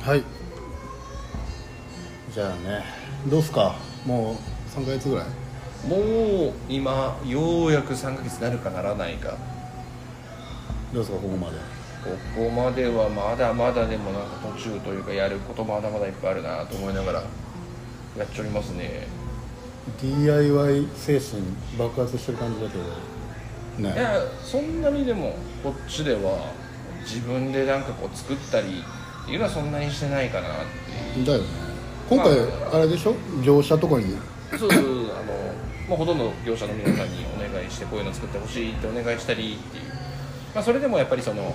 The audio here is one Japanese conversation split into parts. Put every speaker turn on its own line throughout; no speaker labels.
はい
じゃあねどうっすか
もう3ヶ月ぐらい
もう今ようやく3ヶ月なるかならないか
どうっすかここまで
ここまではまだまだでもなんか途中というかやることまだまだいっぱいあるなと思いながらやっちゃいますね
DIY 精神爆発してる感じだけど
い
ね
やそんなにでもこっちでは自分でなんかこう作ったりっていうのはそんなにしてないかなって
だよね今回あれでしょ業者とかに
いうそうそうそうあのもうほとんど業者の皆さんにお願いしてこういうの作ってほしいってお願いしたりっていう、まあ、それでもやっぱりその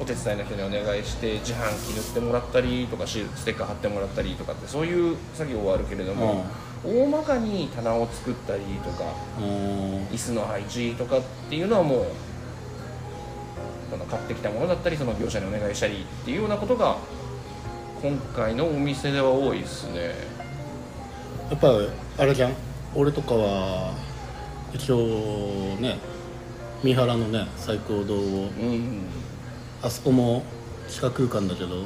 お手伝いの人にお願いして自販機塗ってもらったりとかシールステッカー貼ってもらったりとかってそういう作業はあるけれども、大まかに棚を作ったりとか
うーん
椅子の配置とかっていうのはもうその買ってきたものだったりその業者にお願いしたりっていうようなことが今回のお店では多いですね
やっぱあれじゃん俺とかは一応ね三原のね最高堂を
うん
あそこも地下空間だけど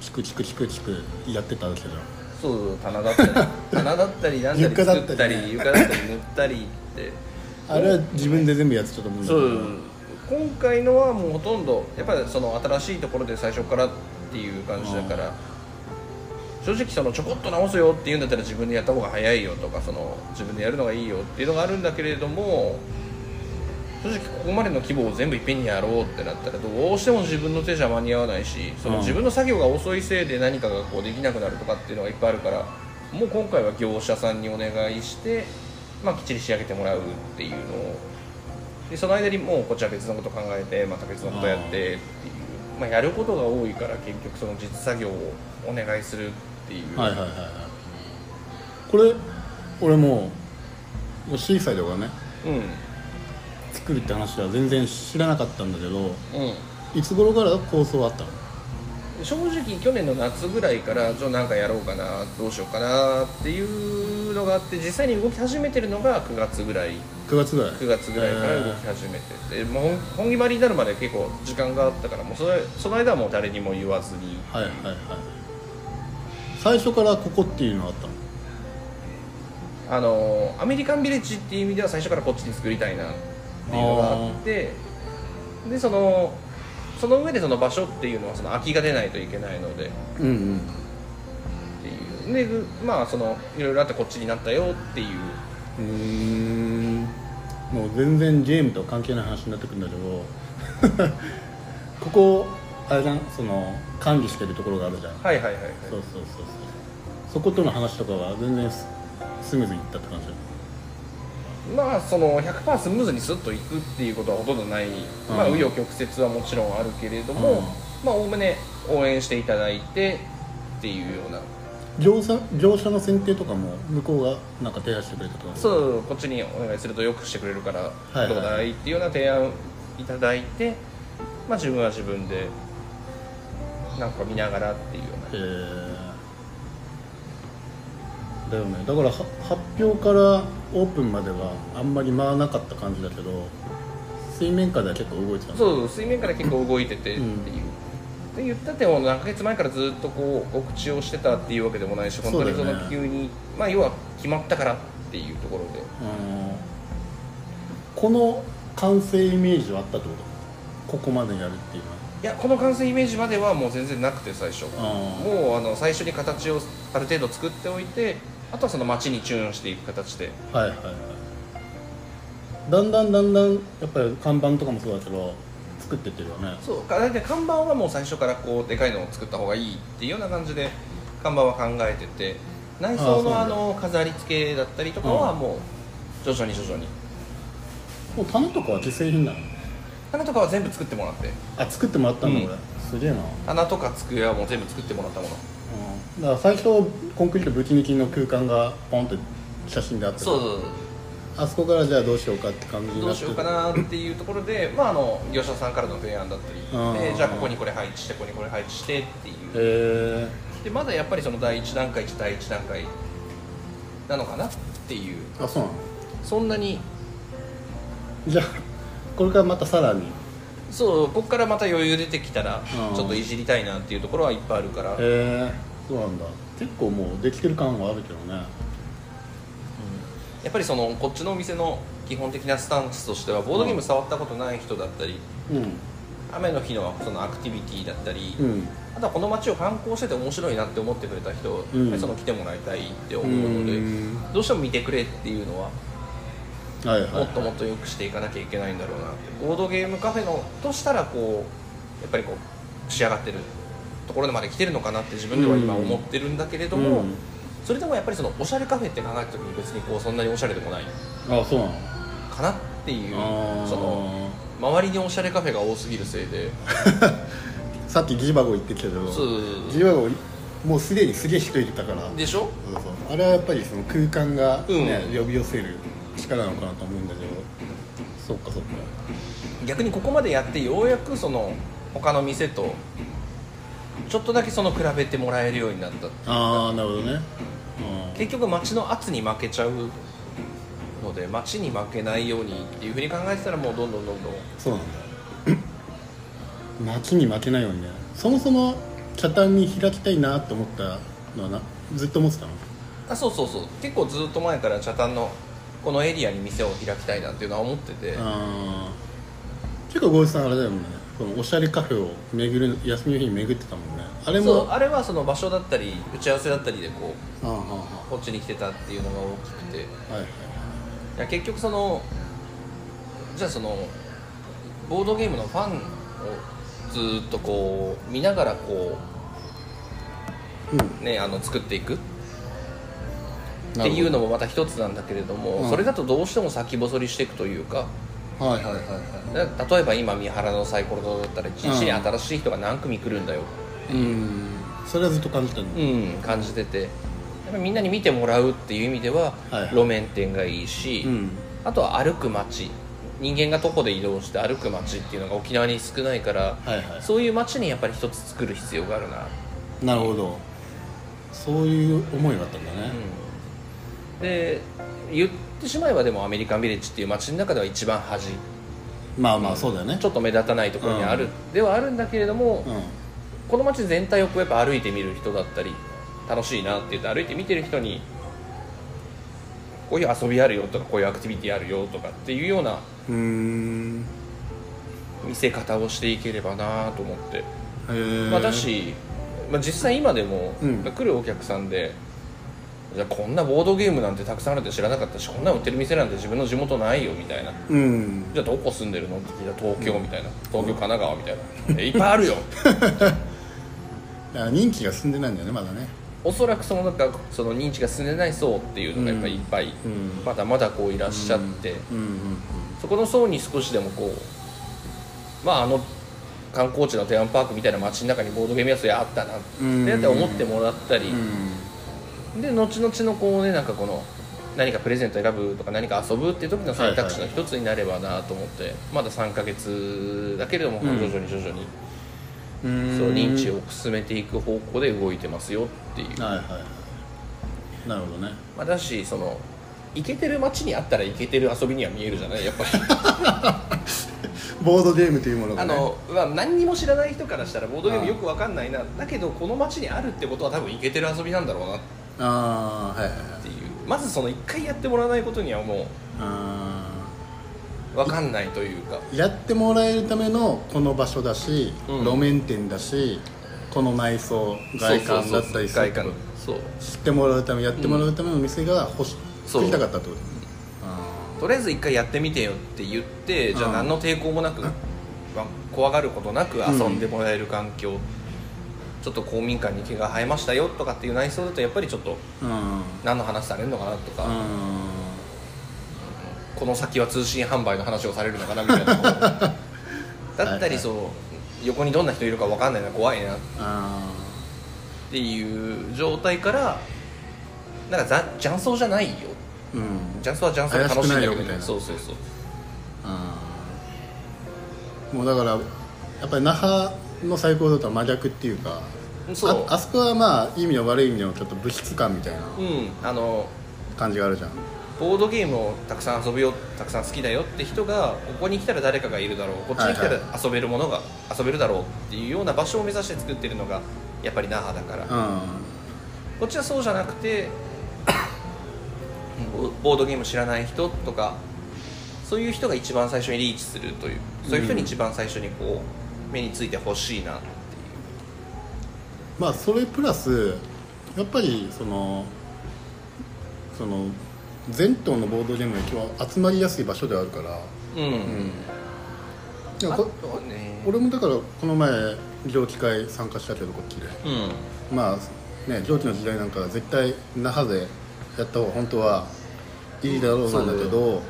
チクチクチクチクやってたわけじゃん
そう棚だったり棚だったりなんだり
床だ
作
っ
った
た
り
りね
床だったり塗ったりって
あれは自分で全部やってたと思うんだけ
そ
ど
う今回のはもうほとんどやっぱりその新しいところで最初からっていう感じだから正直そのちょこっと直すよっていうんだったら自分でやった方が早いよとかその自分でやるのがいいよっていうのがあるんだけれども正直ここまでの規模を全部いっぺんにやろうってなったらどうしても自分の手じゃ間に合わないしその
うん
自分の作業が遅いせいで何かがこうできなくなるとかっていうのがいっぱいあるからもう今回は業者さんにお願いして、まあ、きっちり仕上げてもらうっていうのをでその間にもうこっちは別のこと考えてまた別のことやってっていう、まあ、やることが多いから結局その実作業をお願いするっていう、
はいはいはいはいこれ俺もうもうシーサイドがね
うん
作るって話は全然知らなかったんだけど
うん
いつ頃から構想あったの
正直去年の夏ぐらいからじゃあなんかやろうかなどうしようかなっていうのがあって実際に動き始めてるのが9月ぐらい
9月ぐらい
9月ぐらいから動き始めてて、もう本気張りになるまで結構時間があったからもうそれその間はもう誰にも言わずに
はいはいはい最初からここっていうのはあったの
あのアメリカンビレッジっていう意味では最初からこっちに作りたいなっていうのがあってでそのその上でその場所っていうのはその空きが出ないといけないので。
うんうん
っていうでぐまあそのいろいろあってこっちになったよっていう
うーんもう全然ゲームとは関係ない話になってくるんだけど ここあれじゃんその管理してるところがあるじゃん
はいはいはいはい
そうそうそうそうそことの話とかは全然ススムーズにいったって感じだよ
まあその100%スムーズにスッといくっていうことはほとんどない、まあ
うん
紆余曲折はもちろんあるけれども、
うん
まあおおむね応援していただいてっていうような
業者業者の選定とかも向こうがなんか提案してくれたとかう
そうこっちにお願いするとよくしてくれるから
いはい
どうだいっていうような提案いただいて、まあ自分は自分でなんか見ながらっていうよう
えーだよねだからは発表からオープンまではあんまり回らなかった感じだけど水面下では結構動いてた
な
の
そう水面から結構動いててってい
う
う。
ん
で言ったってもう何ヶ月前からずっとこうお口をしてたっていうわけでもないし本当に
そ
そう
だよね
の急に、まあ要は決まったからっていうところで
うんこの完成イメージはあったってことここまでやるっていう
いやこの完成イメージまではもう全然なくて最初
のはうん
もうあの最初に形をある程度作っておいてあとはその街にチューンしていく形で
はいはいはいだんだんだんだんやっぱり看板とかもそうだけど作ってってるよね
そうか大体看板はもう最初からこうでかいのを作った方がいいっていうような感じで看板は考えてて内
あ
装
ーそう
の
な
あ
んだ
の飾り付けだったりとかは
うん
もう徐々に徐々に
もう棚とかは既製品なの
棚とかは全部作ってもらって
あ作ってもらったんだ、
うん
俺すげえな、うん、
棚とか机はもう全部作ってもらったもの
だから最初コンクリートぶち抜きの空間がポンって写真であったけど
そうそう
あそこからじゃあどうしようかって感じに
そう
なって
どうしようかなっていうところで、まあ、あの業者さんからの提案だったり
うん
でじゃあここにこれ配置してここにこれ配置してっていう
え
でまだやっぱりその第1段階1第1段階なのかなっていう
ー、あそうなの
そんなに
じゃあこれからまたさらに
そうここからまた余裕出てきたら
うん
ちょっといじりたいなっていうところはいっぱいあるから、
えー、そうなんだ結構もうできてる感はあるけどね
やっぱりそのこっちのお店の基本的なスタンスとしてはボードゲーム触ったことない人だったり、
う
雨の日のそのアクティビティだったり、
んうん
あとはこの街を観光してて面白いなって思ってくれた人、
うん
やっぱりその来てもらいたいって思うので、
うん
どうしても見てくれっていうのは
はいはい
もっともっと良くしていかなきゃいけないんだろうなってボードゲームカフェのとしたらこうやっぱりこう仕上がってるところまで来てるのかなって自分では今思ってるんだけれども、
うん
それでもやっぱりそのおしゃれカフェって考えた時に別にこうそんなにおしゃれでもない
あそうなの
かなっていう
あー
その周りにおしゃれカフェが多すぎるせいで
さっきギジバゴ行ってきたけど
そう
ギジバゴもうすでにすげえ人いてたから
でしょ
そうそうあれはやっぱりその空間が、ね
う
呼び寄せる力なのかなと思うんだけどそっかそっか
逆にここまでやってようやくその他の店とちょっとだけその比べてもらえるようになった
ああなるほどね
結局街の圧に負けちゃうので街に負けないようにっていうふうに考えてたらもうどんどんどんどん
うんそうなん だ街に負けないようにねそもそも茶壇に開きたいなと思ったのはなずっと思ってたの
あそうそうそう結構ずっと前から茶壇のこのエリアに店を開きたいなっていうのは思ってて
あー結構ゴールさんあれだよねこのおしゃれカフェを巡る休みの日に巡ってたもんねあれも
そうあれはその場所だったり打ち合わせだったりでこう
あああ
こっちに来てたっていうのが大きくてい
あはいはい
や結局そのじゃあそのボードゲームのファンをずーっとこう見ながらこ
うん
うねあの作っていくっ
な
て
るほ
いう
ど
のもまた一つなんだけれども、
うん
それだとどうしても先細りしていくというか
はいはいはいは
だ例えば今三原のサイコロ堂だったら一日に新しい人が何組来るんだよ、
いうんそれはずっと感じたの、
うん、感じててやっぱりみんなに見てもらうっていう意味では、
はいはい
路面店がいいし、
うん
あとは歩く街人間が徒歩で移動して歩く街っていうのが沖縄に少ないから、
はいは
そういう街にやっぱり一つ作る必要があるな、
いなるほどそういう思いがあったんだね、
うん、で言ってしまえばでもアメリカンビレッジっていう街の中では一番端
まあまあそうだよね
ちょっと目立たないところにある、ではあるんだけれども、
うん
この街全体をこうやっぱ歩いてみる人だったり楽しいなって言って歩いて見てる人にこういう遊びあるよとかこういうアクティビティあるよとかっていうような
うーん
見せ方をしていければなと思って、
へえ
まあ、だし、まあ、実際今でも
うん
来るお客さんで、じゃあこんなボードゲームなんてたくさんあるって知らなかったしこんなの売ってる店なんて自分の地元ないよみたいな
うん
じゃあどこ住んでるのって聞いたら東京みたいな東京神奈川みたいなえいっぱいあるよ
だから認知が進んでないんだよねまだね
おそらくその中その認知が進んでない層っていうのがやっぱりいっぱい、
うん
まだまだこういらっしゃって、
うんうん
そこの層に少しでもこうまああの観光地のテーマパークみたいな街の中にボードゲーム屋さんあったなっ
うん
てやって思ってもらったり
う、ん
で後々のこうねなんかこの何かプレゼント選ぶとか何か遊ぶっていう時の選択肢の一つになればなと思って、まだ3ヶ月だけれど
う
も
ん
徐々に徐々に、
うん
その認知を進めていく方向で動いてますよっていう。
はいはいはいなるほどね
まあ、だしそのイケてる街にあったらイケてる遊びには見えるじゃないやっぱり
ボードゲームというもの
あ
がね
の、まあ、何にも知らない人からしたらボードゲームよくわかんないなだけどこの街にあるってことは多分イケてる遊びなんだろうなっ
ああはいはいはい
ていうまずその一回やってもらわないことにはも
あ
うわかんないというか
ーやってもらえるためのこの場所だし、
うん
路面店だしこの内装外観だったりす
そうそうそう外
る
観そう
知ってもらうためやってもらうための店が欲し、
そう
作りたかったってこと
とりあえず一回やってみてよって言ってじ
う
ゃあ
ん
何の抵抗もなく、まあ怖がることなく遊んでもらえる環境、ちょっと公民館に毛が生えましたよとかっていう内装だとやっぱりちょっと
うんうん
何の話されるのかなとか、
うん
この先は通信販売の話をされるのかなみた いなだ
は
っ
いは
た
い
りそう、横にどんな人いるか分かんないな怖いなっ
あ
ていう状態からなんかざ雀荘じゃないよ
ーうん
雀荘は雀荘で楽しいんだけど
怪しくないよみたいな
そうそうそう
あーもうだからやっぱり那覇の最高だとは真逆っていうか
そう
ああそこはまあいい意味の悪い意味のちょっと物質感みたいな
うんあの
感じがあるじゃん
ボードゲームをたくさん遊ぶよたくさん好きだよって人がここに来たら誰かがいるだろうこっちに来た
はい
ら
は
遊べるものが遊べるだろうっていうような場所を目指して作ってるのがやっぱり那覇だから、
うんは
こっちはそうじゃなくて ボボードゲーム知らない人とかそういう人が一番最初にリーチするというそういう人に一番最初にこう目についてほしいなって
まあそれプラスやっぱりそのその全島のボードゲームが一番集まりやすい場所ではあるから、
いう、うん
いや
あ
こと
はね
俺もだからこの前蒸気会参加したけどこっちで
うん
まあね蒸気の時代なんか絶対那覇でやった方が本当はいいだろうなんだけど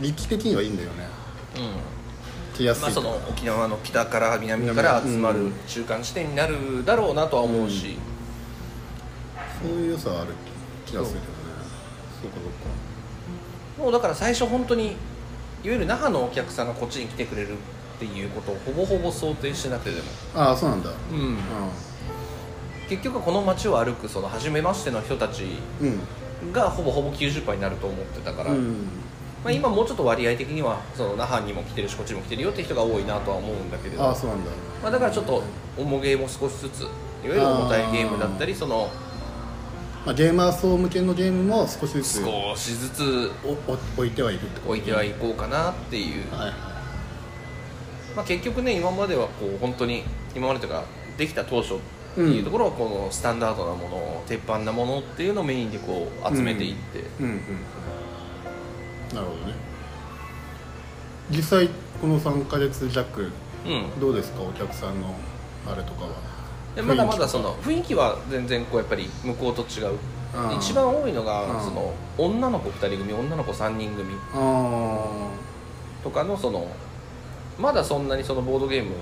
立地的にはいいんだよね
うん
来やすい
ま
か
あ、
ら
その沖縄の北から南から集まる中間地点になるだろうなとは思うし、
そういう良さはある気がするけどねそうか
もうだから最初本当にいわゆる那覇のお客さんがこっちに来てくれるっていうことをほぼほぼ想定してなくてでも、
そうかああそうなんだう
うん結局この街を歩くその初めましての人たち
んうん
がほぼほぼ90%になると思ってたから、
うん
まあ、今もうちょっと割合的にはその那覇にも来てるしこっちにも来てるよって人が多いなとは思うんだけれど
ああそうなんだ
まあ、だからちょっと重ゲーも少しずついわゆる重たいゲームだったりその
まあゲーマー層向けのゲームも少しずつ
少しずつ
おお置いてはいるってこと
置いてはいこうかなっていう、
はいはい
まあ、結局ね今まではこう本当に今までというかできた当初っていうところはこのスタンダードなもの鉄板なものっていうのをメインでこう集めていって、
うんうんなるほどね実際この3ヶ月弱
うん
どうですかお客さんのあれとかは
でまだまだその雰囲気は全然こうやっぱり向こうと違う
あー
一番多いの
う
が
ん
その女の子2人組女の子3人組
ああ
とかのそのまだそんなにそのボードゲーム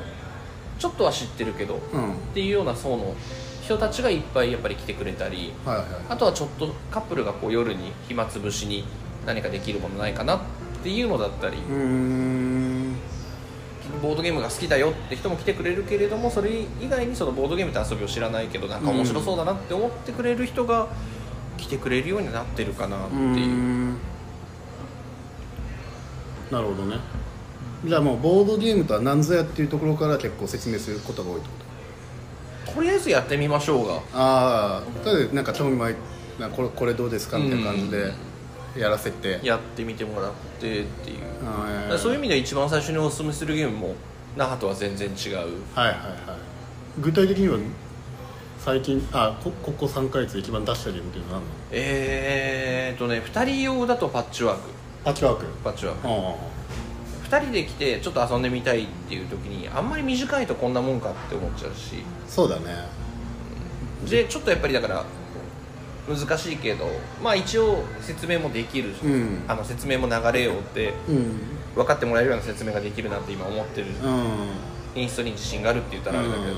ちょっとは知ってるけどっ
うんはい
ていうような層の人たちがいっぱいやっぱり来てくれたり
は
あとはちょっとカップルがこう夜に暇つぶしに何かできるものないかなっていうのだったり
いうーん
ボードゲームが好きだよって人も来てくれるけれどもそれ以外にそのボードゲームって遊びを知らないけどなんか面白そうだなって思ってくれる人が来てくれるようになってるかなって
うー
いう。
んなるほどねじゃあもうボードゲームとは何ぞやっていうところから結構説明することが多いってこと
とりあえずやってみましょうが
ああただなんか興味ないなんかこれこれどうですかみたいな感じでやらせて
やってみてもらってっていう
あ
だ
ー
からそういう意味では一番最初におすすめするゲームも那覇とは全然違う
はいはいはい具体的には最近あこここ3ヶ月で一番出したゲームっていうのは何なの
えーっとね2人用だとパッチワーク
パッチワーク
パッチワーク
ああ
2人で来てちょっと遊んでみたいっていう時にあんまり短いとこんなもんかって思っちゃうし
そうだね
でちょっとやっぱりだから難しいけどまあ一応説明もできるし、
うん
あの説明も流れようって
うん
分かってもらえるような説明ができるなって今思ってる
うん
インストに自信があるって言ったらあれだけど、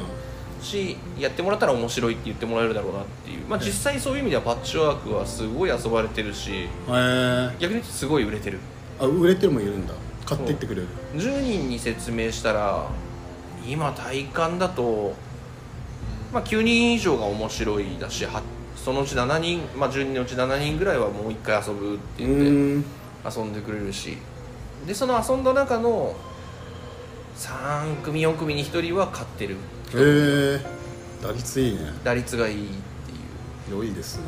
しやってもらったら面白いって言ってもらえるだろうなっていう、まあ、実際そういう意味ではパッチワークはすごい遊ばれてるし
へえ
逆に言うとすごい売れてる
あ売れてるもいるんだ買っていってくれる
10人に説明したら今体感だと、まあ、9人以上が面白いだしはそのうち7人、まあ、10人のうち7人ぐらいはもう1回遊ぶって
う
言って
ーん
遊んでくれるしでその遊んだ中の3組4組に1人は勝ってる
へえ打率いいね
打率がいいっていう
良いです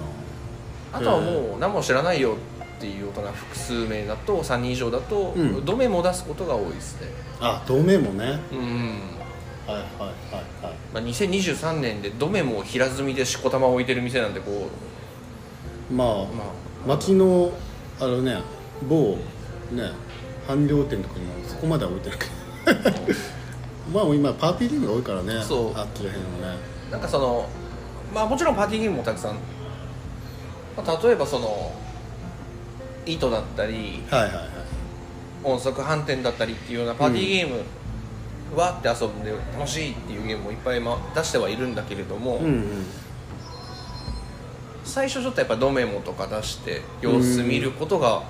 な
あとはもう何も知らないよっていう大人複数名だと3人以上だと、
うん
ドメも出すことが多いですね
あ同盟もね
うん
はいはいはいはい
まあ、2023年でドメも平積みでしこたま置いてる店なんでこ
まあ、
う、ま
町のあのね某ね半量店とかにもそこまでは置いてないけ どまあ今パーティーゲームが多いからね
そう
あっちらへんはね
あ、なんかそのまあもちろんパーティーゲームもたくさん、まあ、例えばその糸だったり
はいはいはい
音速反転だったりっていうようなパーティーゲーム、わーって遊んで楽しいっていうゲームもいっぱい、ま、出してはいるんだけれども、
うんうん
最初ちょっとやっぱドメモとか出して様子見ることが、だか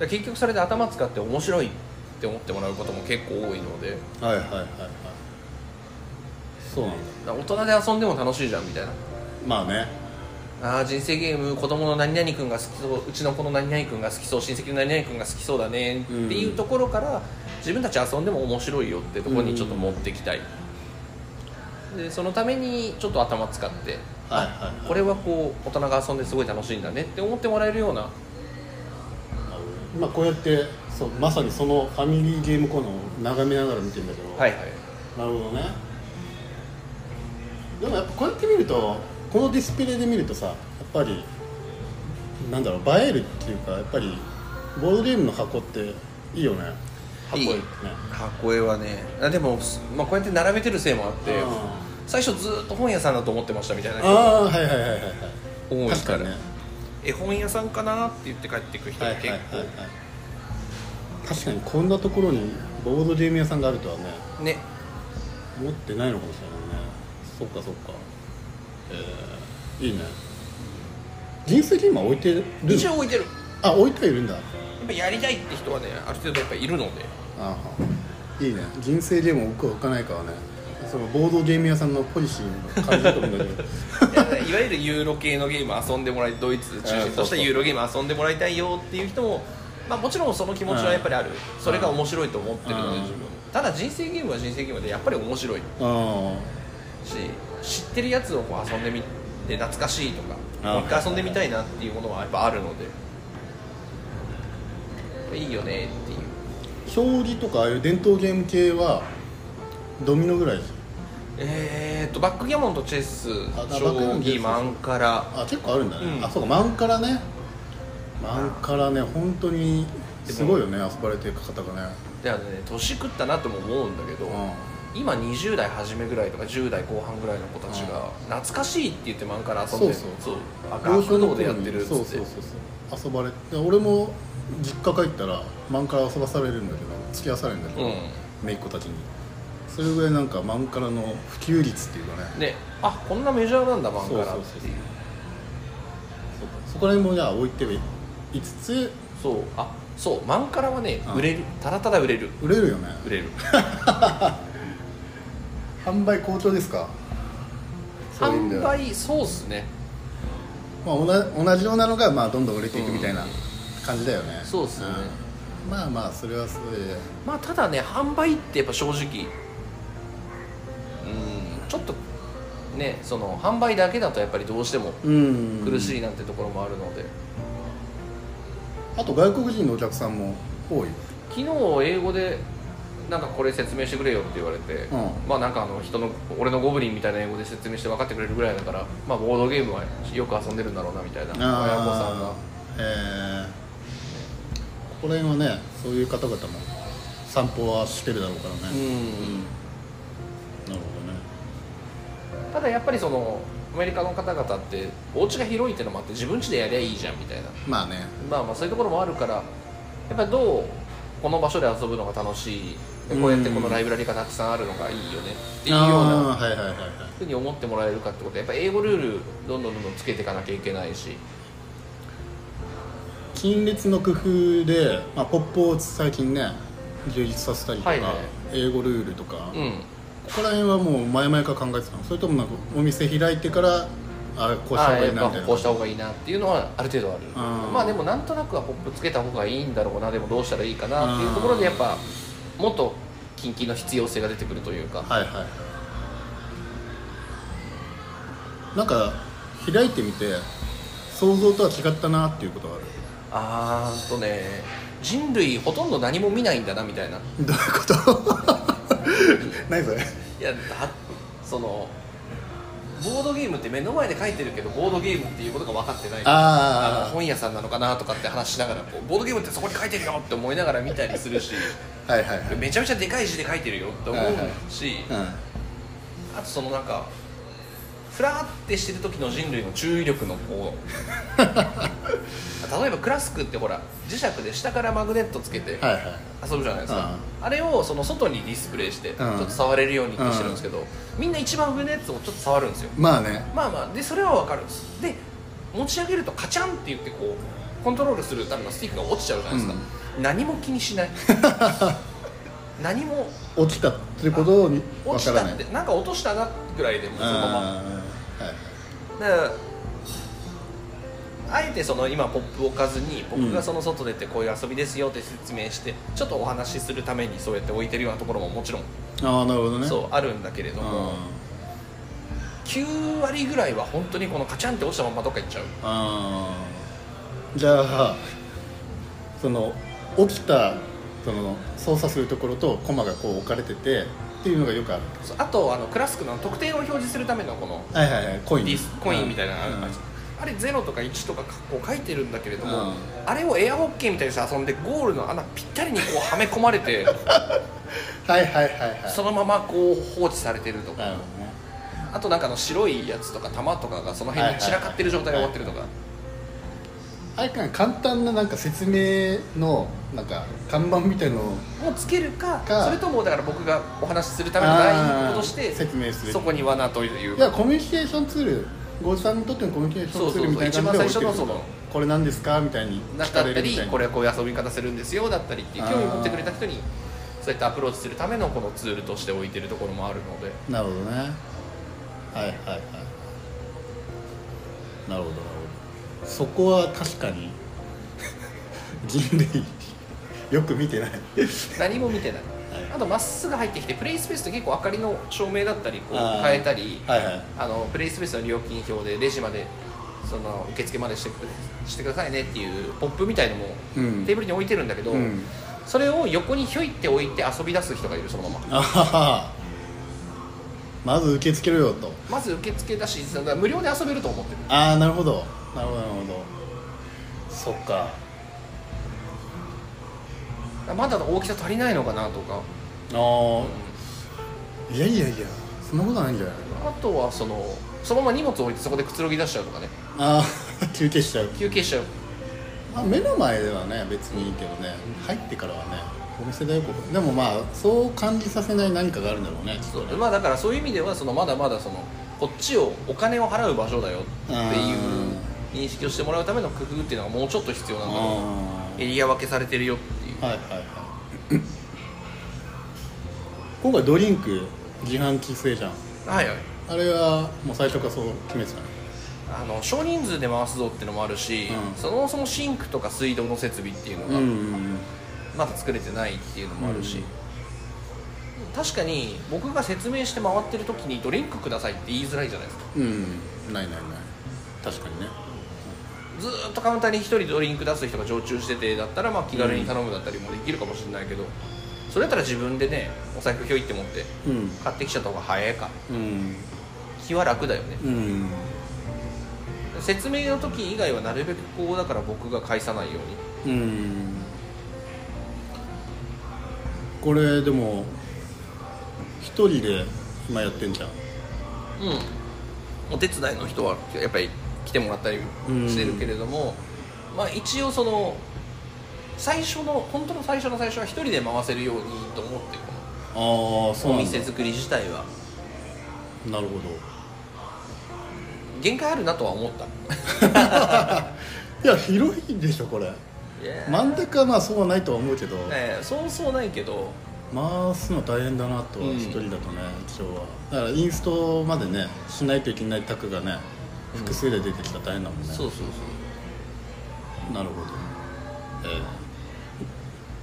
ら結局それで頭使って面白いって思ってもらうことも結構多いので
はいはいはいはいそうなんだ
だから大人で遊んでも楽しいじゃんみたいな
まあね
ああ人生ゲーム子供の何々君が好きそううちの子の何々君が好きそう親戚の何々君が好きそうだねって
うん
いうところから自分たち遊んでも面白いよってところにちょっと持ってきたい、でそのためにちょっと頭使って
はいはい
これはこう大人が遊んですごい楽しいんだねって思ってもらえるような
まあこうやってそうまさにそのファミリーゲームコーナーを眺めながら見てるんだけど、
はいはい
なるほどねでもやっぱこうやって見るとこのディスプレイで見るとさやっぱりなんだろう映えるっていうかやっぱりボードゲームの箱っていいよね箱
いい
ね
箱絵はねあでも、まあ、こうやって並べてるせいもあって
あ
最初ずーっと本屋さんだと思ってましたみたいな
ー
人が
あーはいはいはいはい
多
は
い
い
から
確かにね
絵本屋さんかなって言って帰ってく人
はい
が
はいはい
結
はい
構、
確かにこんなところにボードゲーム屋さんがあるとはね
ね
持ってないのかもしれないねそっかそっかえー、いいね人生ゲームは置いてるの
一応置いてる
あ置いてはいるんだ
やっぱやりたいって人はねある程度やっぱいるの で
ああいいね人生ゲームを置くか置かないかはねそのボードゲーム屋さんのポリシーの感じだと思うんだけ ど
いわゆるユーロ系のゲーム遊んでもらいドイツ中心としたユーロゲーム遊んでもらいたいよっていう人も、まあ、もちろんその気持ちはやっぱりあるそれが面白いと思ってるので
うん
自分もただ人生ゲームは人生ゲームでやっぱり面白い
あ
し知ってるやつをこう遊んでみて懐かしいとか
あー
もう一回遊んでみたいなっていうものはやっぱあるのでいいよねっていう
あ将棋とかああいう伝統ゲーム系はドミノぐらい
えー、とバックギャモンとチェス
あバックギャ
将
モンチェ
棋
ス
マンカラ
あ結構あるんだね、
うん
あそうかマンカラねマンカラね本当にすごいよね遊ばれてる方がね
だからね年食ったなとも思うんだけど、
う
今20代初めぐらいとか10代後半ぐらいの子たちが懐かしいって言って漫画から遊んでる
そう
そうあ
ん
学童でやってるっつって
そうそうそうそう遊ばれて俺も実家帰ったらマンカラ遊ばされるんだけど付き合わされるんだけど、
う
姪っ子たちにそれぐらいなんかマンカラの普及率っていうかね
んであこんなメジャーなんだ漫画からっ
そう
て
そう
いう
そうかそこら辺もじゃあ置いてはいつつ
そうあそうマンカラはね
うん
売れるただただ売れる
売れるよね
売れる
販売好調ですかそういう意味で
販
は
売そうっすね
まあおな同じようなのがまあどんどん売れていくみたいな感じだよね、
そうっすね
うんまあまあそれはそれで
まあただね販売ってやっぱ正直うんちょっとねその販売だけだとやっぱりどうしても
うん
苦し
い
いなんてところもあるので、
あと外国人のお客さんも多い
昨日英語でなんかこれ説明してくれよって言われて、
うん
まあなんかあの人の俺のゴブリンみたいな英語で説明して分かってくれるぐらいだからまあボードゲームはよく遊んでるんだろうなみたいな親子さんが
ええここら辺はねそういう方々も散歩はしてるだろうから
う
ね、
ん
なるほどね
ただやっぱりそのアメリカの方々ってお家が広いってのもあって自分家でやりゃいいじゃんみたいな
まあね
まあまあそういうところもあるからやっぱりどうこの場所で遊ぶのが楽しいでこうやってこのライブラリがたくさんあるのがいいよねっていうような
あーはいはいはいはい
ふうに思ってもらえるかってことでやっぱ英語ルールどんどんどんどんつけていかなきゃいけないし
陳列の工夫で、まあ、ポップを最近ね充実させたりとか、
はいはい
英語ルールとか、
う
こ
ん
こら辺はもう前々から考えてたのそれともなんかお店開いてからあこうした方がいいな
あ
みたい
ーやっぱ
な
こうした方がいいなっていうのはある程度ある
うん
まあでもなんとなくはポップつけた方がいいんだろうなでもどうしたらいいかなっていうところでやっぱもっと近々の必要性が出てくるというか
はいはいなんか開いてみて想像とは違ったなっていうことはある
あーんとね人類ほとんど何も見ないんだなみたいな
どういうこと 何それ
いやだそのボードゲームって目の前で書いてるけどボードゲームっていうことが分かってないあの
あ
本屋さんなのかなとかって話しながらこうボードゲームってそこに書いてるよって思いながら見たりするし
あはいはいはい、
めちゃめちゃでかい字で書いてるよって思うし
う
あとそのなんかフラーってしてる時の人類の注意力のこ う例えばクラスクってほら磁石で下からマグネットつけて
ん、はいはい
遊ぶじゃないですか、あれをその外にディスプレイしてちょっと触れるようにってしてるんですけど、みんな一番上のやつをちょっと触るんですよ
まあね
まあまあでそれはわかるんですで持ち上げるとカチャンって言ってこうコントロールするためのスティックが落ちちゃうじゃないですか、何も気にしない何も
落ちたっていうことにわ
落
か
ち
ら
た
ない
ってなんか落としたなぐらいでもうそのまま
あーはい
だからあえてその今ポップ置かずに僕がその外出てこういう遊びですよって説明してちょっとお話しするためにそうやって置いてるようなところももちろん
ああなるほどね
そううあるんだけれど
あ
も9割ぐらいは本当にこのカチャンって落ちたままどっか行っちゃう
あーじゃあその起きたその操作するところとコマがこう置かれててっていうのがよくある
そうあとあのクラスクの得点を表示するためのこの
はいはいはいコイン
ディスコインみたいなのある
うん
じゃんあれ0とか1とかこう書いてるんだけれど
う
も、
ん
あれをエアホッケーみたいにして遊んでゴールの穴ぴったりにこうはめ込まれ て
はいはいはいはい
そのままこう放置されてると
なる
か
ほどね
あとなんかあの白いやつとか玉とかがその辺に散らかってる状態で終わってるとか
あれかな簡単ななんか説明のなんか看板みたいのを
もうつけるか
か
それともだから僕がお話しするための第一歩とし
あ
て
ー説明する
そこに罠という
いやコミュニケーションツールゴーさんにとってのコミュニケーションツールみたいな感じで
そうそうそう一番最初のその
置いてるこれ何ですかみたいに
な
聞
か
か
っ
れ
た
るみ
り
たいな
これはこういう遊び方するんですよだったりっていう興味を持ってくれた人にそうやってアプローチするためのこのツールとして置いてるところもあるので
なるほどねはいはいはいなるほどなるほどそこは確かに人類よく見てない
何も見てない
い
あとまっすぐ入ってきてプレイスペースって結構明かりの照明だったりこう
あー
変えたり
はいはい
あのプレイスペースの料金表でレジまでその受付までしてくしてくださいねっていうポップみたいのも
うん
テーブルに置いてるんだけど、
うん
それを横にひょいって置いて遊び出す人がいるそのまま
あははまず受け付けろよと
まず受付だしその無料で遊べると思ってる
ああなるほどなるほどなるほどそっか
まだ大きさ足りないのかなとか
ああいやいやいやそんなことないんじゃないか
あとはそのそのまま荷物置いてそこでくつろぎ出しちゃうとかね
ああ 休憩しちゃう、
休憩しちゃう
まあ、目の前ではね別にいいけどね入ってからはねお店だよここでもまあそう感じさせない何かがあるんだろうねきっとね
まあだからそういう意味ではそのまだまだそのこっちをお金を払う場所だよっていう認識をしてもらうための工夫っていうのがもうちょっと必要な
あ
んだろうエリア分けされてるよっていう
ーはいはいはい今回ドリンク自販機制じゃん
はいはい
あれはもう最初からそう決めてたの
あの少人数で回すぞっていうのもあるし、
うん
そもそもシンクとか水道の設備っていうのが、
ん
まだ作れてないっていうのもあるし、確かに僕が説明して回ってる時にドリンクくださいって言いづらいじゃないですか
うんないないない確かにね
ずーっとカウンターに1人ドリンク出す人が常駐しててだったらまあ気軽に頼むだったりもできるかもしれないけど、それだったら自分でねお財布ひょいって持って
うん
買ってきちゃった方が早いか
うん
気は楽だよね
うん
説明の時以外はなるべくこうだから僕が返さないように
うんこれでも一人で今やってんじゃん
うん、お手伝いの人はやっぱり来てもらったりしてるけれども、まあ、一応その最初の本当の最初の最初は一人で回せるようにと思ってこ
ああそう
の
な
お
んだ
店作り自体は
なるほど
限界あるなとは思った
いや広いでしょこれ
いやー
真ん中はまあそうはないとは思うけど、
ねえそうそうないけど
回すの大変だなとは
うん
一人だとね一応はだからインストまでねしないといけないタクがね複数で出てきたら大変だもんね、
そうそうそう
なるほど、ええ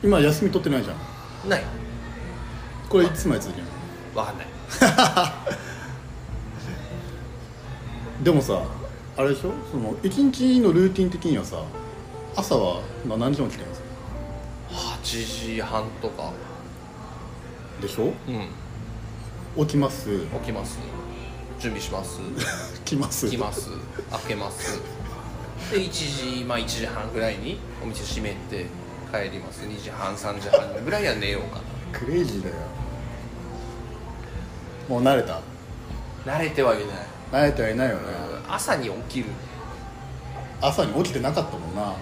今休み取ってないじゃん
ない
これいつまで続けるの
わかんない
でもさあれでしょその一日のルーティン的にはさ朝はな何時に起きてるんですか
8時半とか
でしょ
うん
起きます
起きます準備します
来ます
来ます開けますで1時まあ1時半ぐらいにお店閉めて帰ります2時半3時半ぐらいは寝ようか
クレイジーだよもう慣れた
な慣れてはいな
慣
い
れてはいないよね
朝に起きる
朝に起きてなかったもんなだか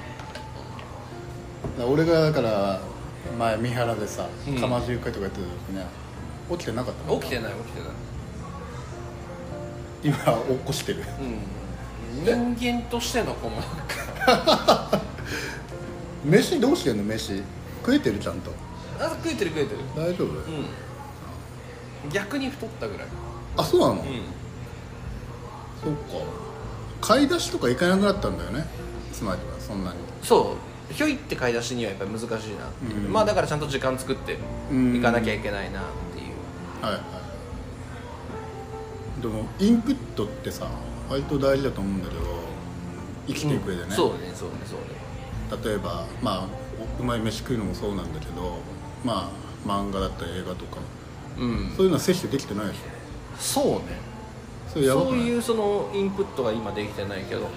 ら俺がだから前三原でさ
うん
釜汁会とかやってた時ね起きてなかったもん
起きてない起きてない
今起こしてる
うん人間としてのこのなんか
飯どうしてんの飯食えてるちゃんと
あ食えてる食えてる
大丈夫、
うん逆に太ったぐらい
あそうなの、
うん
そうか買い出しとか行かなくなったんだよねつまりはそんなに
そうひょいって買い出しにはやっぱり難しいな、
うん
まあだからちゃんと時間作って
うん
行かなきゃいけないなっていう
はいはいでもインプットってさ割と大事だと思うんだけど生きていく上でね、
そうねそうねそうね
例えばまあおうまい飯食うのもそうなんだけどまあ漫画だったり映画とか
うん
そういうのは摂取できてないでしょ
そうね
それやばく
そう
ない
いうそのインプットが今できてないけど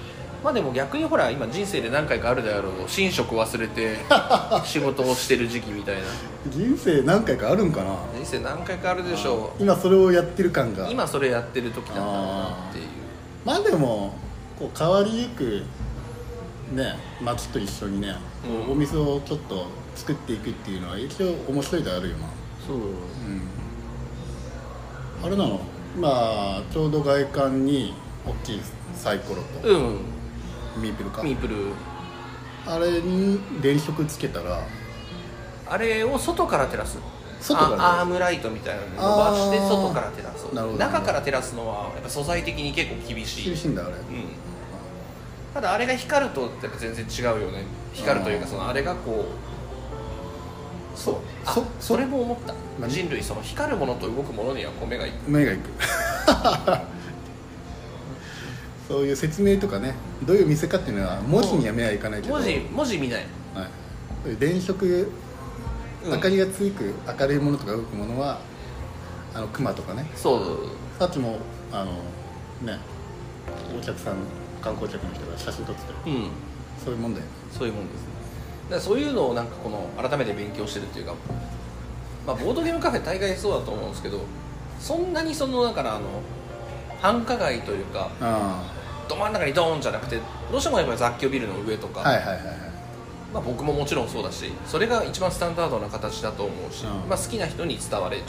まあでも逆にほら今人生で何回かあるであろう寝食忘 れて仕事をしてる時期みたいな
人生何回かあるんかな
人生何回かあるでしょ
今それをやってる感
う
が
今それやってる時なんだろうなっていう
まあでもこう変わりゆくね街と一緒にね、こう
うん
お店をちょっと作っていくっていうのは一応面白いではあるよな
そう
うんあれなのまあちょうど外観に大きいサイコロと
うん
ミープルか
ミープル
あれに電飾つけたら
あれを外から照らす
外から照らす
あアームライトみたいなの伸ばして
あー
外から照らす
なるほど
中から照らすのはやっぱ素材的に結構厳しい
厳しいんだあれ
うんただあれが光るとやっぱ全然違うよね光るというかそのあれがこうそうあ
そ
そ
そ
れも思った
何
人類その光るものと動くものには米がいく
目がいく そういう説明とかねどういう店かっていうのは文字には目はいかないけど
文字文字見ない、
はい、そういう電飾
うん
明かりがつく明るいものとか動くものはあの熊とかね
そう
さっきもあのねお客さん観光客の人が写真撮ってたよ
うん
そういうもんだよね
そういうもんですねだからそういうのをなんかこの改めて勉強してるっていうか、まあ、ボードゲームカフェ大概そうだと思うんですけどそんなにそのだからあの繁華街というか
あ
ど真ん中にドーンじゃなくてどうしてもやっぱり雑居ビルの上とか、
あはいはいはいはい
まあ、僕ももちろんそうだしそれが一番スタンダードな形だと思うし、
うん
まあ、好きな人に伝われ
うん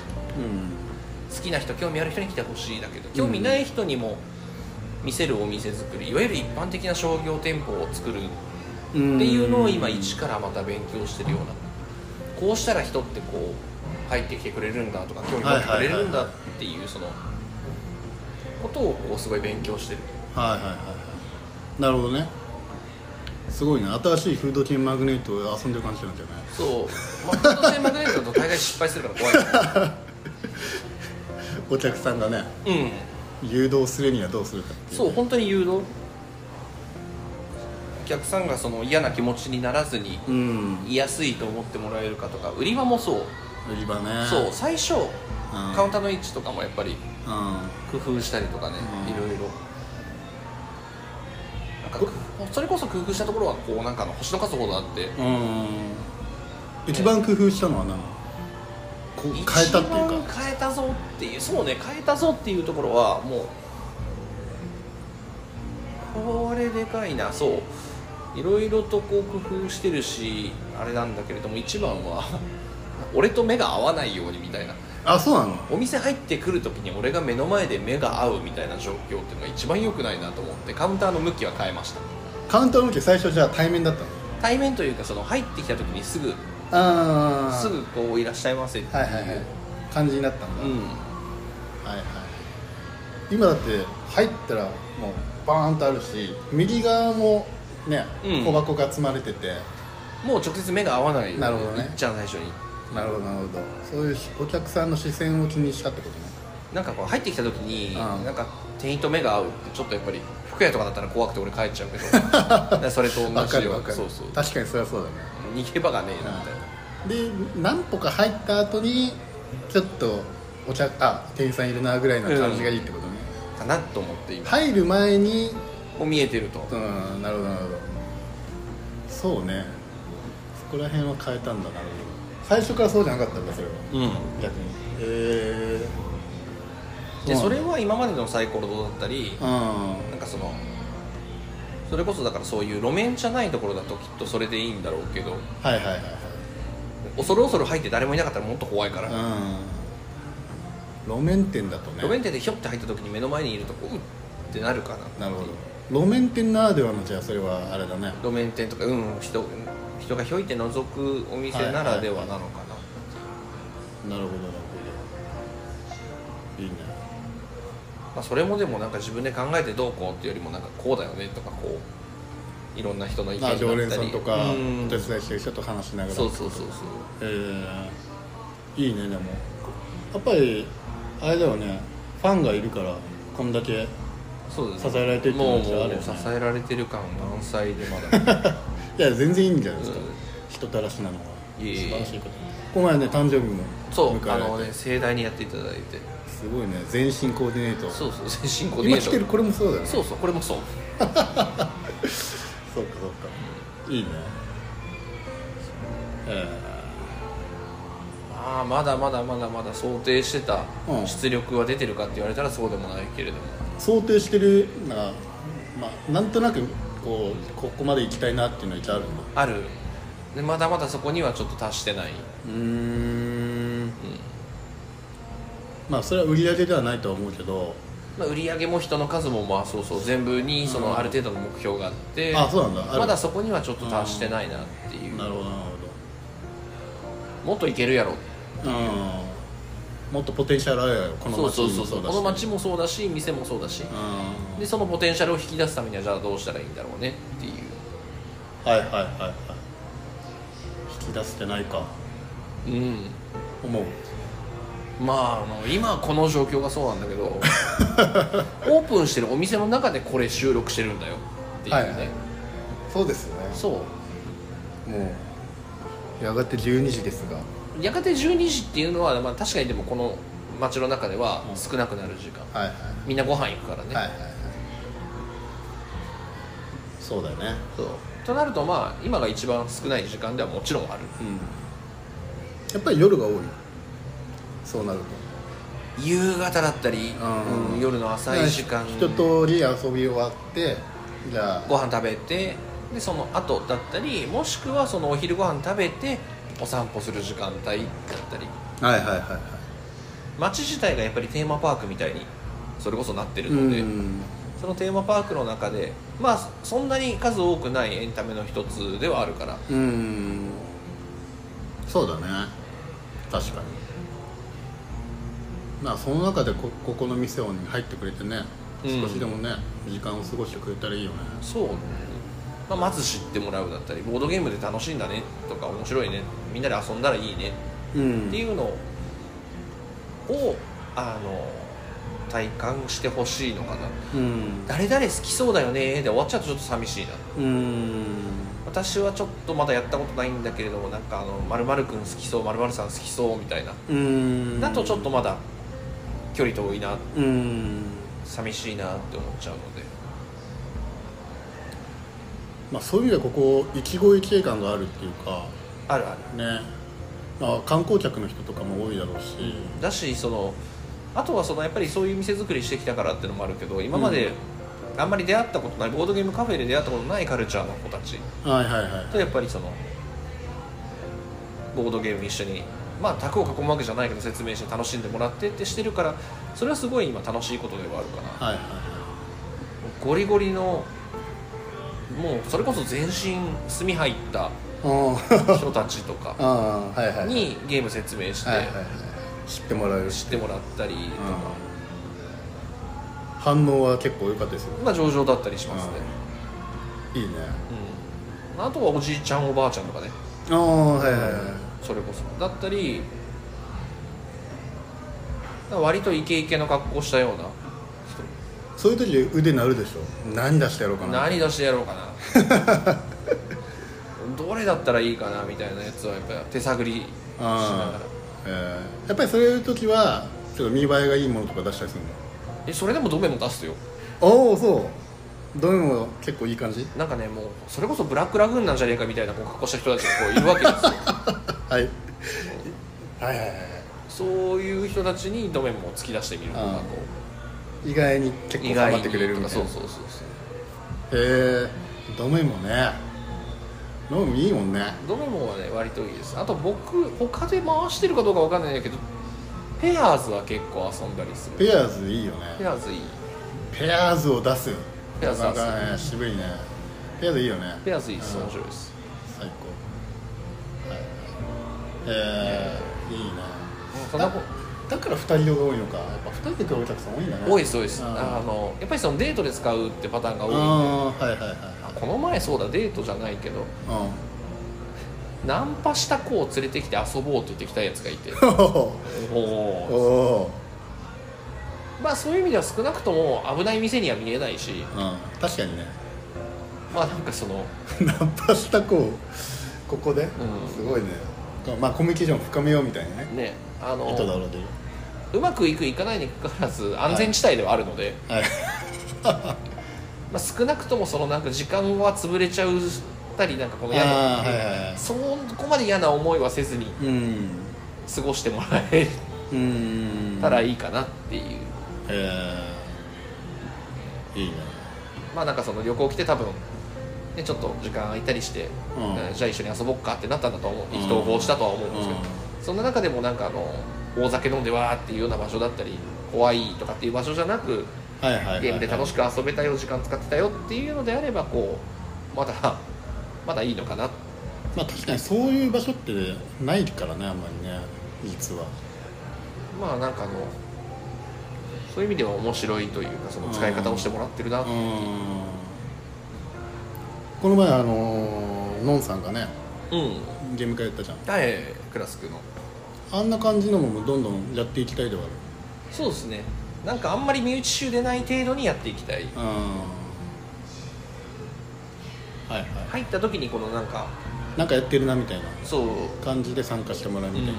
好きな人興味ある人に来てほしいだけど興味ない人にも見せるお店作りいわゆる一般的な商業店舗を作るっていうのを今一からまた勉強してるようなこうしたら人ってこう入ってきてくれるんだとか興味持ってくれるんだっていうそのことをこうすごい勉強してる
はいはいはいはいなるほどねすごいね新しいフードチェーンマグネットを遊んでる感じなんだよね
そうまあフードテーマグネットだと大概失敗するから怖いか
お客さんがね
らうん
誘導するにはどうするかっていう
そう本当に誘導お客さんがその嫌な気持ちにならずに
うん
居やすいと思ってもらえるかとか売り場もそう
売り場ね
そう最初
ん
カウンターの位置とかもやっぱり
うん
工夫したりとかね
うん
いろいろなんかそれこそ工夫したところはこうなんかあの星の数ほどあって
うん一番工夫したのは何こう変えたっていう
一
か
番変えたぞっていうそうね変えたぞっていうところはもうこれでかいなそういろいろとこう工夫してるしあれなんだけれども一番は 俺と目が合わないようにみたいな
あそうなの
お店入ってくる時に俺が目の前で目が合うみたいな状況っていうのが一番良くないなと思ってカウンターの向きは変えました
カウンター向け最初じゃあ対面だったの
対面というかその入ってきた時にすぐ
あー
すぐこういらっしゃいませっていう、
はいはいはい感じになったんだ、
う
はい
ん
はい今だって入ったらもうバーンとあるし右側もね
うん
小箱が積まれてて、
もう直接目が合わないように
なるほどね
いっちゃう最初に
なるほどなるほどそういうお客さんの視線を気にしたってことね
なんかこう入ってきた時に、
うん
なんか店員と目が合うってちょっとやっぱり服屋とかだったら怖くて俺帰っちゃうけど だからそれと同じよう
わかるわかる
そうそう
確かにそれはそうだね
逃げ場がねえなみたいな、
で何歩か入った後にちょっとお茶あ店員さんいるなぐらいの感じがいいってことね、
かなと思って今
入る前に
もう見えてると
うんなるほどなるほどそうねそこら辺は変えたんだなるほど最初からそうじゃなかったんだそれは
うん
逆にえ
でそれ
を
は今までのサイコロだったり
うんは
なんかそのそれこそだからそういう路面じゃないところだときっとそれでいいんだろうけど
いはいはい
恐る恐る入って誰もいなかったらもっと怖いから、
はいうん路面店だとね
路面店でひょって入った時に目の前にいるとこううっってなるかな
なるほど路面店ならではのじゃあそれはあれだね
路面店とかうん人人がひょいて覗くお店ならではなのか
なるほど
な、
なるほどいいね
まあ、それもでもなんか自分で考えてどうこうっていうよりもなんかこうだよねとかこういろんな人の意見だ
あ
ったり
常連さんとかお
う
手
ん
伝いしてる人と話しながら
そうそうそうそう
えーいいねでもやっぱりあれだよねファンがいるからこんだけ
そうです
支えられてるって
も
感
うも
じ
う
はあるよね
支えられてる感満載でま だ
いや全然いいんじゃないですか、
うん
人たらしなのはい
えいえ
素晴らしいことこの前ね誕生日も
そうあ
迎えら
の
れて
ね盛大にやっていただいて
すごいね全身コーディネート
そうそう先進行
今着てるこれもそうだよね
そうそうこれもそう
そうかそうかいいねえ
ああまだまだまだまだ想定してた
うん
出力は出てるかって言われたらそうでもないけれども、
ー想定してるのが、まあ、なんとなくこうここまで行きたいなっていうのは一応あるんだ
あるでまだまだそこにはちょっと達してない、
うんまあそれは売り上げではないとは思うけど
まあ、売り上げも人の数もまあそうそう全部にそのある程度の目標があって、
あそうなんだある
まだそこにはちょっと達してないなっていう、
なるほどなる
もっといけるやろ
ほどうんもっとポテンシャルあるよこの
そう
街
そう
に
そ
も
うそう
だ
こ
し
の街もそうだし店もそうだし、
うん
でそのポテンシャルを引き出すためにはじゃあどうしたらいいんだろうねっていう
はいはいはいはい引き出せてないか
うん
思う
まああの今この状況がそうなんだけ どオープンしてるお店の中でこれ収録してるんだよっていうね、
はいはいそうですよね
そ
もうやがて12時ですが
うやがて12時っていうのは、まあ、確かにでもこの街の中では少なくなる時間、
はい
みんなご飯行くからね、
はいはい
そうだよね
そうとなるとまあ今が一番少ない時間ではもちろんある
やっぱり夜が多いそうなると
夕方だったり、
うん
うん夜の浅い時間
一通り遊び終わってじゃあ
ご飯食べてでその後だったりもしくはそのお昼ご飯食べてお散歩する時間帯だったり
はいはいはいはい
街自体がやっぱりテーマパークみたいにそれこそなってるので、
ん
そのテーマパークの中でまあそんなに数多くないエンタメの一つではあるから
うんそうだね確かにまあその中でこここの店に入ってくれてね
うん
少しでもね、時間を過ごしてくれたらいいよね
そうね、まあ、まず知ってもらうだったりボードゲームで楽しいんだねとか面白いねみんなで遊んだらいいね
う
って
ん
いうのをあの体感してほしいのかな
うん
誰々好きそうだよねで終わっちゃうとちょっと寂しいな
うん
私はちょっとまだやったことないんだけれどもなんかあの〇〇くん好きそう〇〇さん好きそうみたいな
うん
だとちょっとまだ距離遠いな
うん
寂しいなって思っちゃうので
まあそういう意味でここ生き声系感があるっていうか
あるある
ねまあ観光客の人とかも多いだろうし、
だしそのあとはそのやっぱりそういう店作りしてきたからってのもあるけど今まであんまり出会ったことないボードゲームカフェで出会ったことないカルチャーの子たち
はいはいはい
とやっぱりそのボードゲーム一緒にまあ卓を囲むわけじゃないけど説明して楽しんでもらってってしてるからそれはすごい今楽しいことではあるかな
はいはい
ゴリゴリのもうそれこそ全身墨入った
はい
人たちとか
あ あはいはいはい
にゲーム説明して
はいはい知ってもらえる
知
し、
ってもらったりとか、
反応は結構良かったですよ
まあ上々だったりしますね、
いいね
うん、あとはおじいちゃんおばあちゃんとかね
ああはいはいはい
それこそだったりだから割とイケイケの格好したような
そういう時腕鳴るでしょ何出してやろうかな
何出してやろうかな どれだったらいいかなみたいなやつはやっぱ手探りしなが
あ
ら
あ、えーやっぱりそういう時はちょっと見栄えがいいものとか出したりするの
えそれでもどめも出すよ
おおそうどれも結構いい感じ
なんかねもうそれこそブラックラグーンなんじゃねえかみたいなこう格好した人たちがこういるわけで すよ
はいはいはいはい
そういう人たちにドメも突き出してみるとか
あー
こ
意外に結
う
構頑張ってくれるみたい
そ
な
うそうそうそう
へえドメもねドメもいいもんね
ドメもはね割といいですあと僕他で回してるかどうかわかんないけどペアーズは結構遊んだりする
ペアーズいいよ
ペ
ね
アーズいい
ペアーズを出す
ペアーズ出す
なかなかね渋いねペアーズいいよね
ペアーズいいです
うん
面白いです
最高はいえー、いいね
そんなこ
だから二人用が多いのかやっぱ二人で来るお客さん多いんだね
多いです多いです
あ
あ
ー
のやっぱりそのデートで使うってパターンが
あ
多いんで
ーはいはいはい
あこの前そうだデートじゃないけど
はい
ナンパした子を連れてきて遊ぼうって言ってきたやつがいて お
うん
お
お
まあそういう意味では少なくとも危ない店には見えないし
ーうん確かにね
まあなんかその
ナンパした子ここで、
ん
すごいねまあコミュニケーション深めようみたいなね
ねあ
意図だ
の
ろうという
うまくいくいかないにかかわらず安全地帯ではあるので、
はい
まあ、少なくともそのなんか時間は潰れちゃうたりなんかこの嫌な
ああはいはいはい
そこまで嫌な思いはせずに
うん
過ごしてもらえ
うん
たらいいかなっていう、
えー、いいね
まあなんかその旅行来て多分ね、ちょっと時間空いたりして、
うん
えーじゃあ一緒に遊ぼっかってなったんだと思う意気投合したとは思うんですけど、そんな中でもなんかあの大酒飲んでわーっていうような場所だったり怖いとかっていう場所じゃなく
はいはいはいはい
ゲームで楽しく遊べたよ時間使ってたよっていうのであればこうまだまだいいのかな
まあ確かにそういう場所ってないからねあんまりね実は
まあなんかあのそういう意味では面白いというかその使い方をしてもらってるな、
うーんこの前あのーのんさんがね
うん
ゲーム会やったじゃん
はいクラスクの
あんな感じのもどんどんやっていきたいでは
そうですねなんかあんまり身内臭でない程度にやっていきたい
あるうんはいはい
入った時にこのなんか
なんかやってるなみたいな
そう
感じで参加してもらうみたいな、
うん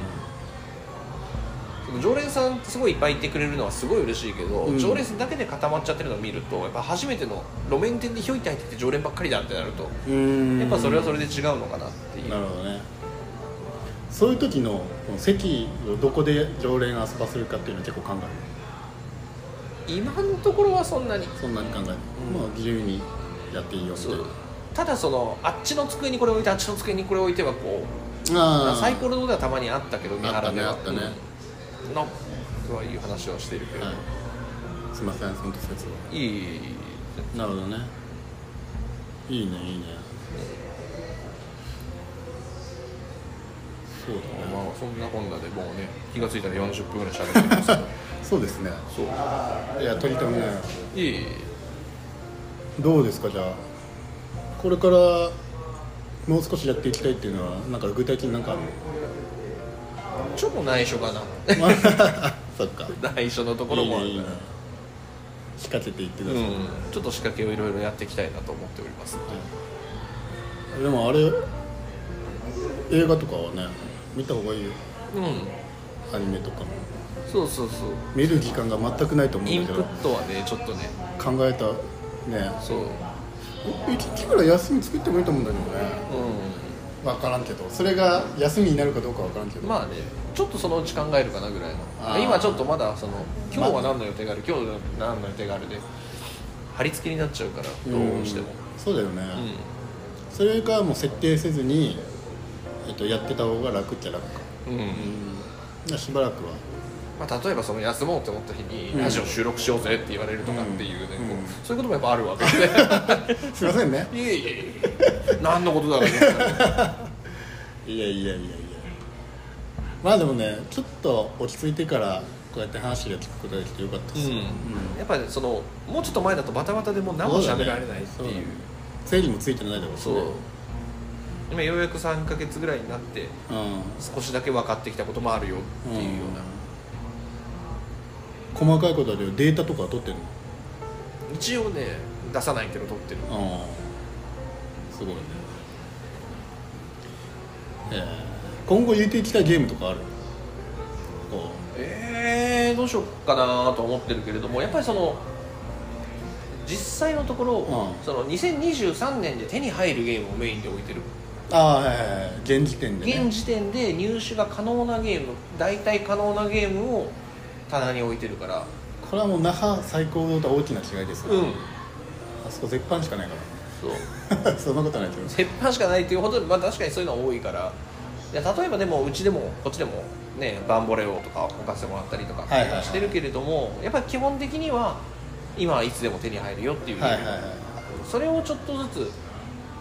その常連さんすごいいっぱいいてくれるのはすごい嬉しいけど、
うん
常連さんだけで固まっちゃってるのを見るとやっぱ初めての路面店でひょいって入ってきて常連ばっかりだってなると
うーん
やっぱそれはそれで違うのかなっていう
なるほどねそういう時のこの席をどこで常連遊ばせるかっていうのは結構考え
今のところはそんなに
るそんなに考える、まあ自由にやっていいよみたい
そうただそのあっちの机にこれ置いてあっちの机にこれ置いてはこう
なあー
サイコロではたまにあったけど三原では
あったねあったね
うんのそういう話をしているけど、、
はいすいませんその説はい
いいいい
なるほどねいいねいいねそうだね
まあそんなこんなでもうね気がついたら40分ぐらい喋ってますけど
そうですね
そう
いや取り留めない
いいいい
どうですかじゃあこれからもう少しやっていきたいっていうのはなんか具体的になんかある
ちょっと内緒かな
そっか
内緒のところもある
いいねいい
か
ね
ら
仕掛けていってくだ
う
さい、
ん、ちょっと仕掛けをいろいろやっていきたいなと思っております
でもあれ映画とかはね見た方がいいよ
うん
アニメとかも
そうそうそう
見る時間が全くないと思う
イ
ん
ン
だ
プ
けど
ットはねちょっとね
考えたね
そう
1日ぐらい休み作ってもいいと思うんだけどね
うん
分からんけどそれが休みになるかどうか分からんけど、
まあねちょっとそのうち考えるかなぐらい
あ
の
ー
今ちょっとまだその今日は何の予定がある今日は何の予定があるで貼り付けになっちゃうからどうしても
んそうだよね、
うん
それがもう設定せずに、えっと、やってた方が楽っちゃ楽か、
うん、
うん、しばらくは
まあ、例えばその休もうって思った日に、
うん
ラジオ収録しようぜって言われるとかっていうね、
うん
こう
うん
そういうこともやっぱあるわけです
いませんね
ねいえいえいえ何のことだろうね
いやいやいやいやまあでもねちょっと落ち着いてからこうやって話が聞くことができてよかった
う
です、
ん、やっぱりそのもうちょっと前だとバタバタでもう何も喋られないって
そ
いうう
だね整理もついてないだろうし
そう,、
ね
今ようやく3ヶ月ぐらいになって
うん
少しだけ分かってきたこともあるよっていうような、
細かいことだけどデータとかは取ってるの
一応ね出さないけど撮ってる
ああすごいねえー今後入れていきたいゲームとかあるこ
えー、どうしようかなと思ってるけれどもやっぱりその実際のところ、
うん
その2023年で手に入るゲームをメインで置いてる、
うああはいはいはい現時点でね
現時点で入手が可能なゲーム大体可能なゲームを棚に置いてるから
これはもう那覇最高とは大きな違いですよ、
うん
あそこ絶版しかないか
そう
ら そんなことはないけど
鉄板しかないっていうほど、まあ、確かにそういうのは多いからいや例えばでもうちでもこっちでもねバンボレオとか置かせてもらったりとか
はいはいはい
してるけれども、やっぱり基本的には今はいつでも手に入るよっていう、
はいはいはい
それをちょっとずつ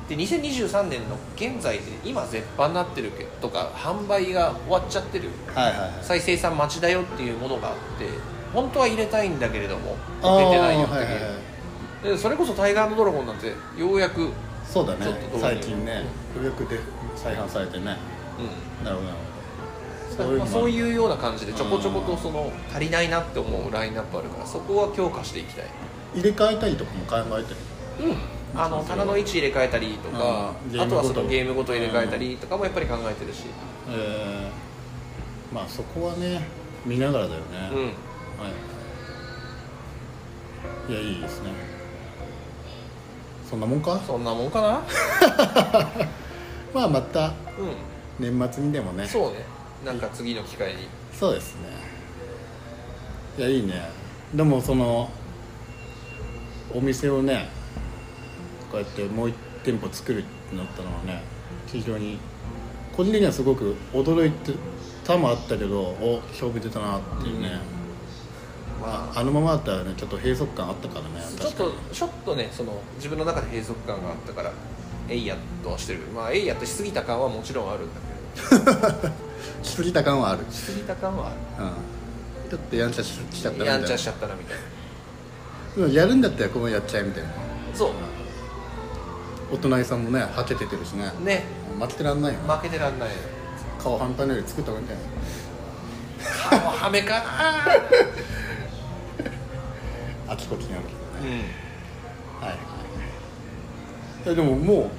で2023年の現在で今絶版になってるけとか販売が終わっちゃってる
はいはいはい
再生産待ちだよっていうものがあって本当は入れたいんだけれども
あ
出てない
ー
よって
はいはいいはいう
でそれこそ「タイガードラゴン」なんてようやく、うん、
そうだね
ちょっとどうに
最近ねようやくで再販されてねなるほどなるほど
まあ
そ
そうう
いう
いうような感じでちょこちょことその足りないなって思うラインナップあるからそこは強化していきたい
入れ替えたりとかも考えてる
うんあの棚の位置入れ替えたりとか
うん
あとはその
ゲ
ゲー
ー
ム
ム
ご
ご
と
と
入れ替えたりとかもやっぱり考えてるし
えー、まあそこはね見ながらだよね、
うん
はいいやいいですねそんなもんか
そんなもんかな
まあまた
う
年末にでもね
んそうねなんか次の機会に
そうですねいやいいねでもそのお店をねこうやってもう1店舗作るってなったのはね非常に個人的にはすごく驚いてたもあったけどお勝負出たなっていうね、
ま
あのままだったらねちょっと閉塞感あったからね
あちょっ とちょっとねその自分の中で閉塞感があったからえいやとはしてるまあえいやとしすぎた感はもちろんあるんだけど
としすぎた感はある、
しすぎた感はあ
うん、ちょっとやんちゃしちゃった
る
な
やん
み
ち
たい
ゃしちゃったなみたいな
なやるんだったらこのやっちゃえみたいな
そ
お隣さんもねはけててるしね
うね
待ってらんないよね
負けてらんない
顔半端ないより作った方がいいんじゃない
顔はめかな
あちこちにあるけどね
うん
はいいやでもも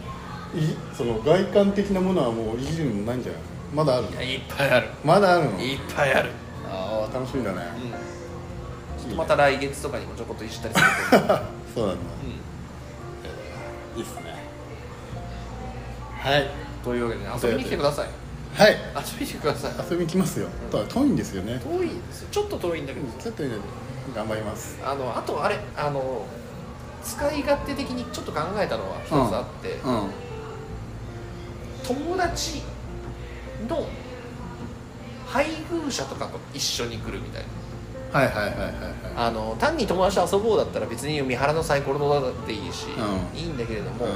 ういその外観的なものはもういじるのもないんじゃないまだあるの
いやいっぱいある
まだあるの
いっぱいある、
ああ楽しみだね、
うん、ちょっとまた来月とかにもちょこっといじったりすると思う
そうなんだいいっすねはい
うん、というわけで、 ね、遊びに来てください
はい
遊びに来てください
遊びに来ますよただ遠いんですよね
遠いですちょっと遠いんだけど
ちょっとね頑張ります
あのあとあれあの使い勝手的にちょっと考えたのは一つあって、
うん
友達の配偶者とかと一緒に来るみたいな
はいはいはいはいは
あの単に友達と遊ぼうだったら別に三原のサイコロだっていいし、
うん
いいんだけれど
い
も、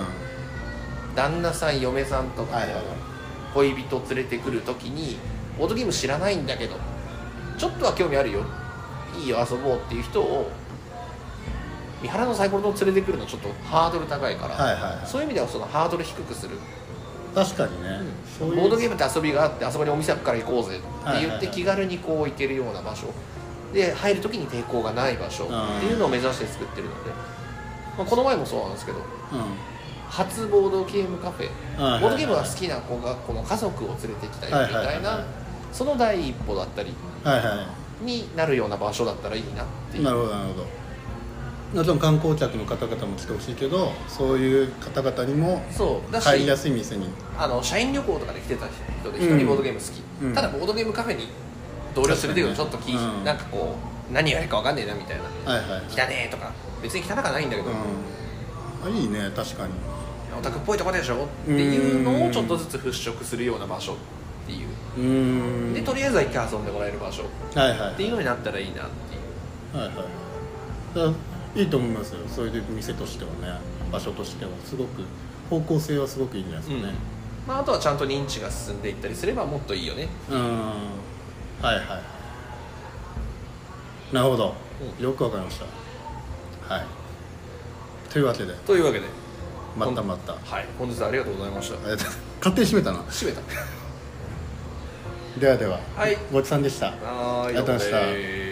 旦那さん嫁さんとか、
はいはいはい
恋人連れてくる時にボードゲーム知らないんだけどちょっとは興味あるよいいよ遊ぼうっていう人を三原のサイコロと連れてくるのちょっとハードル高いから、
はいはいはい
そういう意味ではそのハードル低くする
確かにね、そういう
ボードゲームって遊びがあってあそこにお店あるから行こうぜって言
はいは
っ
いは
て
い
気軽にこう行けるような場所で入る時に抵抗がない場所っていうのを目指して作ってるので、まあこの前もそうなんですけど
うん
初ボードゲームカフェ
はいはいはい
ボードゲームが好きな子がこの家族を連れてきた
はい
り
は
み
いはい
たいなその第一歩だったり
はいは
になるような場所だったらいいなってい
いうなるほどなるほどもちろん観光客の方々も来てほしいけどそういう方々にも
そうだし
入りやすい店に
あの社員旅行とかで来てた人で一
うん
人ボードゲーム好き、
うん
ただボードゲームカフェに同僚連れてくるとちょっと気、
確かにねうん
なんかこう何やるか分かんねえなみたいな
はいはい、
汚ねえとか別に汚くはないんだけど、
うん、あいいね確かに
オタクっぽいとこでしょっていうのをちょっとずつ払拭するような場所っていう
うーん
でとりあえずは一回遊んでもらえる場所っ
はいはいはい
ていうのになったらいいなっていう
はいはいだからいいと思いますよそういう店としてはね場所としてはすごく方向性はすごくいいんじゃないですかね
まあ、あとはちゃんと認知が進んでいったりすればもっといいよね
うんはいはいなるほど、
う
よくわかりましたはいというわけで
というわけで
またまたあ
はい本日はありがとうございました
りがとう勝手に閉めたな
閉めた
ではでは、
はい
ごちそうさんでした
はー
ありがとうございました
どもです